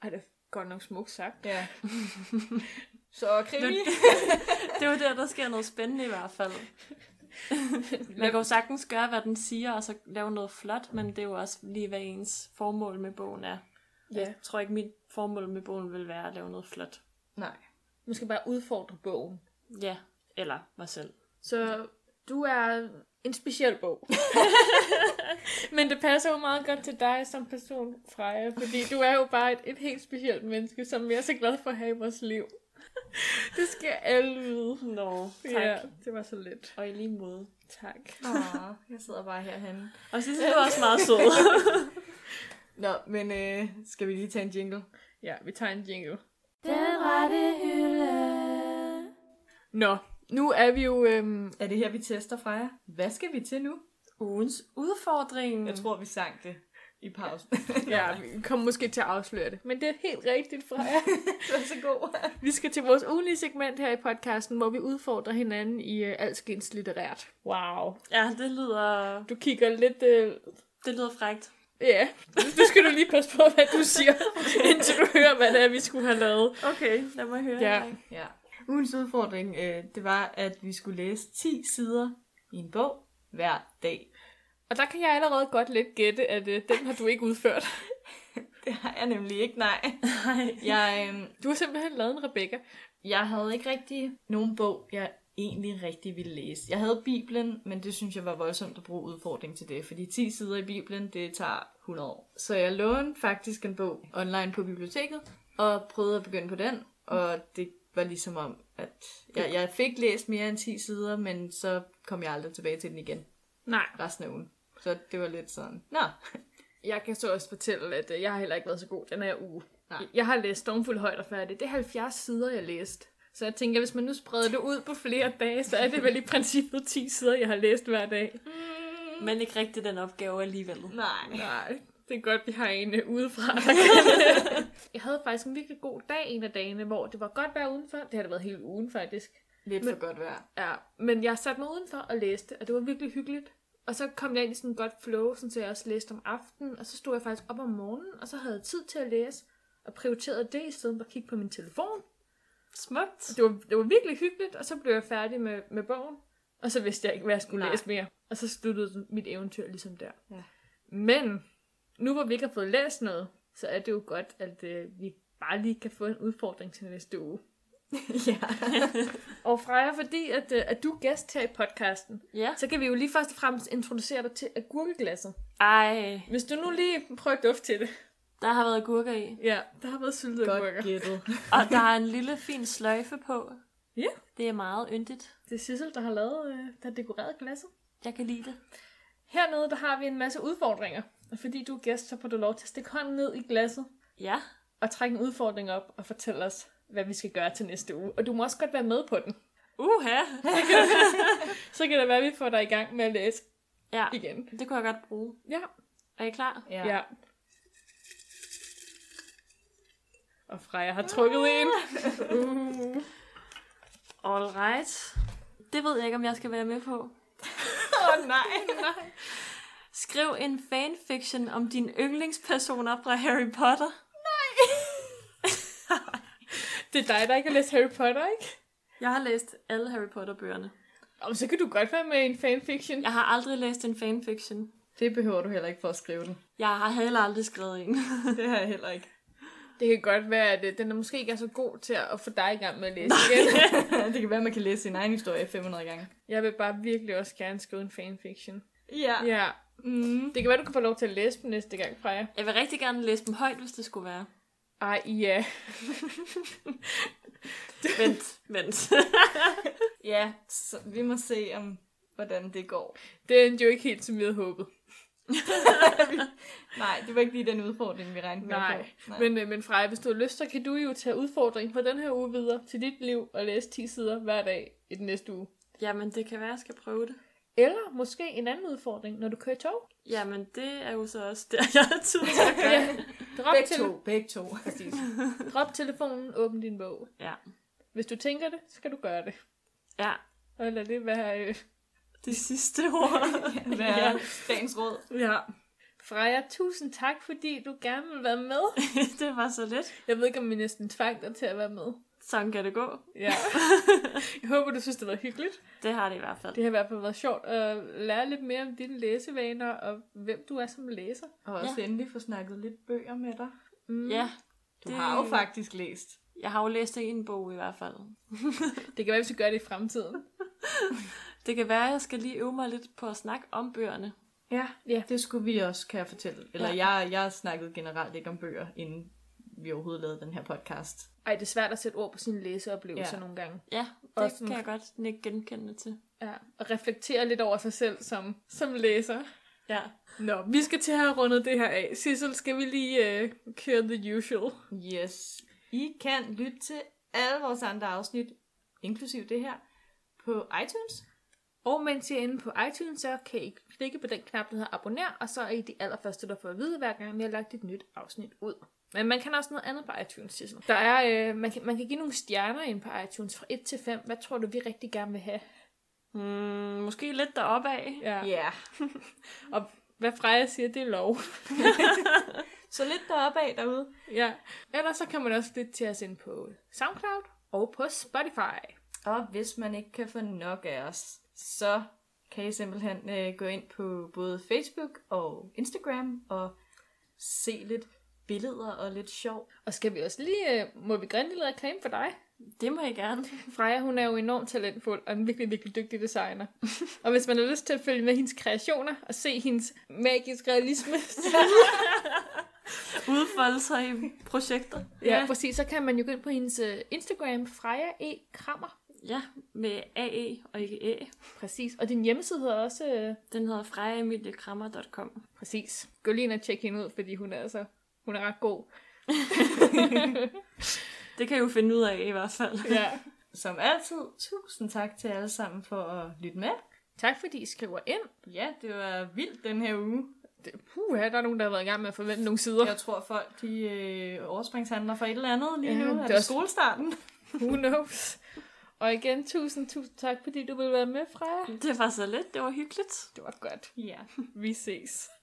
S2: Ej, det er godt nok smukt sagt.
S1: Ja. så krimi.
S3: Det er jo der, der sker noget spændende i hvert fald. Man kan jo sagtens gøre, hvad den siger, og så lave noget flot, men det er jo også lige, hvad ens formål med bogen er.
S2: Ja.
S3: Jeg tror ikke, mit formål med bogen vil være at lave noget flot.
S1: Nej.
S2: Man skal bare udfordre bogen.
S3: Ja, eller mig selv.
S2: Så du er en speciel bog. Men det passer jo meget godt til dig som person, Freja, fordi du er jo bare et, et helt specielt menneske, som vi er så glade for at have i vores liv. Det skal alle vide.
S3: Nå, tak.
S2: Ja,
S3: Ja.
S2: det var så let.
S3: Og i lige måde.
S2: Tak.
S1: Åh, jeg sidder bare herhenne.
S3: Og Sissel, du er også meget sød.
S1: Nå, men øh, skal vi lige tage en jingle?
S2: Ja, vi tager en jingle.
S4: Den rette hylde.
S2: Nå, nu er vi jo... Øhm,
S1: Er det her, vi tester, Freja? Hvad skal vi til nu?
S3: Ugens udfordring.
S1: Jeg tror, vi sang det i pausen.
S2: ja, vi kommer måske til at afsløre det. Men det er helt rigtigt, Freja.
S1: det var så god.
S2: Vi skal til vores ugenlige segment her i podcasten, hvor vi udfordrer hinanden i øh, alskens litterært. Wow.
S3: Ja, det lyder,
S2: Du kigger lidt... Øh,
S3: det lyder frægt.
S2: ja, nu skal du lige passe på, hvad du siger, indtil du hører, hvad det er, vi skulle have lavet.
S3: Okay, lad mig høre.
S2: Ja.
S1: Ja. Ugens udfordring, øh, det var, at vi skulle læse 10 sider i en bog hver dag.
S2: Og der kan jeg allerede godt lidt gætte, at øh, den har du ikke udført.
S1: Det har jeg nemlig ikke, nej.
S3: Nej.
S1: Jeg, øh,
S2: Du har simpelthen lavet en Rebecca.
S1: jeg havde ikke rigtig nogen bog, jeg egentlig rigtig ville læse. Jeg havde Bibelen, men det synes jeg var voldsomt at bruge udfordring til det, fordi 10 sider i Bibelen, det tager 100 år. Så jeg lånte faktisk en bog online på biblioteket, og prøvede at begynde på den, og det var ligesom om, at jeg, jeg fik læst mere end 10 sider, men så kom jeg aldrig tilbage til den igen
S2: Nej.
S1: resten af ugen. Så det var lidt sådan, nå,
S2: Jeg kan så også fortælle, at øh, jeg har heller ikke været så god den her uge.
S1: Nej.
S2: Jeg har læst Stormfuld Højt og færdigt. Det er 70 sider, jeg læste. Så jeg tænker, hvis man nu spreder det ud på flere dage, så er det vel i princippet 10 sider, jeg har læst hver dag.
S3: Mm. Men ikke rigtig den opgave alligevel.
S1: nej.
S2: Nej, det er godt, vi har en øh, udefra, der kan Jeg havde faktisk en virkelig god dag en af dagene, hvor det var godt vejr udenfor. Det har det været hele ugen, faktisk.
S1: Lidt for godt vejr.
S2: Ja, men jeg satte mig udenfor og læste, og det var virkelig hyggeligt. Og så kom jeg ind i sådan et godt flow, sådan så jeg også læste om aftenen, og så stod jeg faktisk op om morgenen, og så havde jeg tid til at læse, og prioriterede det i stedet for at kigge på min telefon.
S3: Smukt.
S2: Det var, det var virkelig hyggeligt, og så blev jeg færdig med, med bogen, og så vidste jeg ikke, hvad jeg skulle
S1: Nej.
S2: Nej. læse mere. Og så sluttede den- mit eventyr ligesom der.
S1: Ja.
S2: Men nu hvor vi ikke har fået læst noget, så er det jo godt, at øh, vi bare lige kan få en udfordring til næste uge.
S1: ja.
S2: Og Freja, fordi at, øh, at du er gæst her i podcasten,
S3: Ja.
S2: så kan vi jo lige først og fremmest introducere dig til agurkeglasset.
S3: Ej,
S2: Hvis du nu lige prøver at dufte til det.
S3: der har været gurker i.
S2: Ja, der har været syltede agurker.
S1: Godt gættet.
S3: Og der er en lille fin sløjfe på.
S2: Ja.
S3: Det er meget yndigt.
S2: Det er Sissel, der har lavet, øh, der har dekoreret glasset.
S3: Jeg kan lide det.
S2: Hernede, der har vi en masse udfordringer. Og fordi du er gæst, så får du lov til at stikke hånden ned i glasset
S3: Ja.
S2: og trække en udfordring op og fortælle os, hvad vi skal gøre til næste uge. Og du må også godt være med på den.
S3: Uha.
S2: Så kan det være, at vi får dig i gang med at læse
S3: Ja,
S2: igen.
S3: det kunne jeg godt bruge.
S2: Ja,
S3: Er I klar?
S1: Ja.
S2: ja. Og Freja har trukket
S1: Ah.
S2: en. Uh.
S3: All right. Det ved jeg ikke, om jeg skal være med på.
S1: Åh oh, nej.
S3: Skriv en fanfiction om dine yndlingspersoner fra Harry Potter.
S2: Det er dig, der ikke har læst Harry Potter, ikke?
S3: Jeg har læst alle Harry Potter-bøgerne.
S2: Og så kan du godt være med i en fanfiction.
S3: Jeg har aldrig læst en fanfiction.
S1: Det behøver du heller ikke for at skrive den.
S3: Jeg har heller aldrig skrevet en.
S1: Det har jeg heller ikke.
S2: Det kan godt være, at øh, den er måske ikke er så god til at få dig i gang med at læse igen.
S1: det kan være, man kan læse sin egen historie 500 gange.
S2: Jeg vil bare virkelig også gerne skrive en fanfiction.
S1: Ja.
S2: Ja.
S1: Mm.
S2: Det kan være, du kan få lov til at læse dem næste gang, Freja.
S3: Jeg vil rigtig gerne læse dem højt, hvis det skulle være.
S2: Ej, ja.
S3: Vent, vent.
S1: Ja, så vi må se, om hvordan det går.
S2: Det endte jo ikke helt, som vi havde håbet.
S1: Nej, det var ikke lige den udfordring, vi regnede med at
S2: Nej.
S1: få. Nej.
S2: Men, øh, men Freja, hvis du har lyst, så kan du jo tage udfordringen fra den her uge videre til dit liv og læse 10 sider hver dag i den næste uge.
S3: Jamen, det kan være, jeg skal prøve det.
S2: Eller måske en anden udfordring, når du kører i tog.
S3: Jamen, det er jo så også det, jeg har tid til at gøre.
S2: Ja. Drop,
S1: Begge
S2: tele-
S1: to, begge to.
S2: drop telefonen, åbn din bog.
S3: Ja.
S2: Hvis du tænker det, så skal du gøre det.
S3: Ja,
S2: Og lad det være... Øh,
S3: det sidste ord.
S1: Hvad er dagens råd?
S2: Ja. Freja, tusind tak, fordi du gerne vil være med.
S3: det var så let.
S2: Jeg ved ikke, om vi næsten tvang dig til at være med.
S3: Sådan kan det gå.
S2: Ja. Jeg håber, du synes, det var hyggeligt.
S3: Det har det i hvert fald.
S2: Det har i hvert fald været sjovt at lære lidt mere om dine læsevaner og hvem du er som læser.
S1: Og også ja. endelig få snakket lidt bøger med dig.
S2: Mm.
S3: Ja,
S1: Du
S3: Det-
S1: har jo faktisk læst.
S3: jeg har jo læst en bog i hvert fald.
S2: Det kan være, hvis vi gør det i fremtiden.
S3: Det kan være, at jeg skal lige øve mig lidt på at snakke om bøgerne.
S1: Ja,
S2: Ja.
S1: det skulle vi også, kan jeg fortælle. Eller
S3: Ja.
S1: ja. jeg, jeg snakkede generelt ikke om bøger, inden vi overhovedet lavede den her podcast.
S2: Ej, det er svært at sætte ord på sine læseoplevelser
S1: Ja.
S2: nogle gange.
S3: Ja, det
S2: Og sådan-
S3: kan jeg godt ikke genkende til.
S2: Ja. Og reflektere lidt over sig selv som, som læser.
S3: Ja.
S2: Nå, vi skal til at have rundet det her af. Sissel, skal vi lige øh, køre the usual?
S1: Yes. I kan lytte til alle vores andre afsnit, inklusiv det her, på iTunes.
S2: Og mens I er inde på iTunes, så kan I klikke på den knap, der hedder abonner, og så er I de allerførste, der får at vide, hver gang vi har lagt et nyt afsnit ud. Men man kan også noget andet på iTunes, Sissel. Der er, øh, man, kan, man kan give nogle stjerner ind på iTunes fra 1 til 5. Hvad tror du, vi rigtig gerne vil have?
S3: Mm, måske lidt deroppe af.
S2: Ja. Yeah.
S1: Ja.
S2: Og hvad Freja siger, det er lov.
S1: Så lidt deroppe af derude.
S2: ja. Ellers så kan man også lytte til os ind på SoundCloud og på Spotify.
S1: Og hvis man ikke kan få nok af os, så kan I simpelthen øh, gå ind på både Facebook og Instagram og se lidt billeder og lidt sjov.
S2: Og skal vi også lige, øh, må vi gøre en lille reklame for dig?
S3: Det må jeg gerne.
S2: Freja, hun er jo enormt talentfuld og en virkelig, virkelig dygtig designer. og hvis man har lyst til at følge med hendes kreationer og se hendes magisk realisme, så,
S3: Udfolde sig i projekter.
S2: Ja, præcis. Så kan man jo gå ind på hendes øh, Instagram, Freja E. Krammer.
S3: Ja, med AE og ikke Æ.
S2: Præcis. Og din hjemmeside hedder også... Øh,
S3: Den hedder frejaemiliekrammer.com.
S2: præcis. Gå lige ind og tjek hende ud, fordi hun er altså... Hun er ret god.
S3: Det kan I jo finde ud af i hvert fald.
S2: Ja.
S1: Som altid, tusind tak til alle sammen for at lytte med.
S2: Tak fordi I skriver ind.
S1: Ja, det var vildt den her uge.
S2: Puh, der er nogen, der har været i gang med at forvente nogle sider.
S1: Jeg tror, folk de øh, overspringshandler for et eller andet lige
S2: Ja,
S1: nu.
S2: det
S1: Er
S2: er
S1: det
S2: også-
S1: skolestarten?
S2: Who knows? Og igen, tusind, tusind tak, fordi du ville være med, Freja.
S3: Det var så let. Det var hyggeligt.
S2: Det var godt.
S1: Ja.
S2: Vi ses.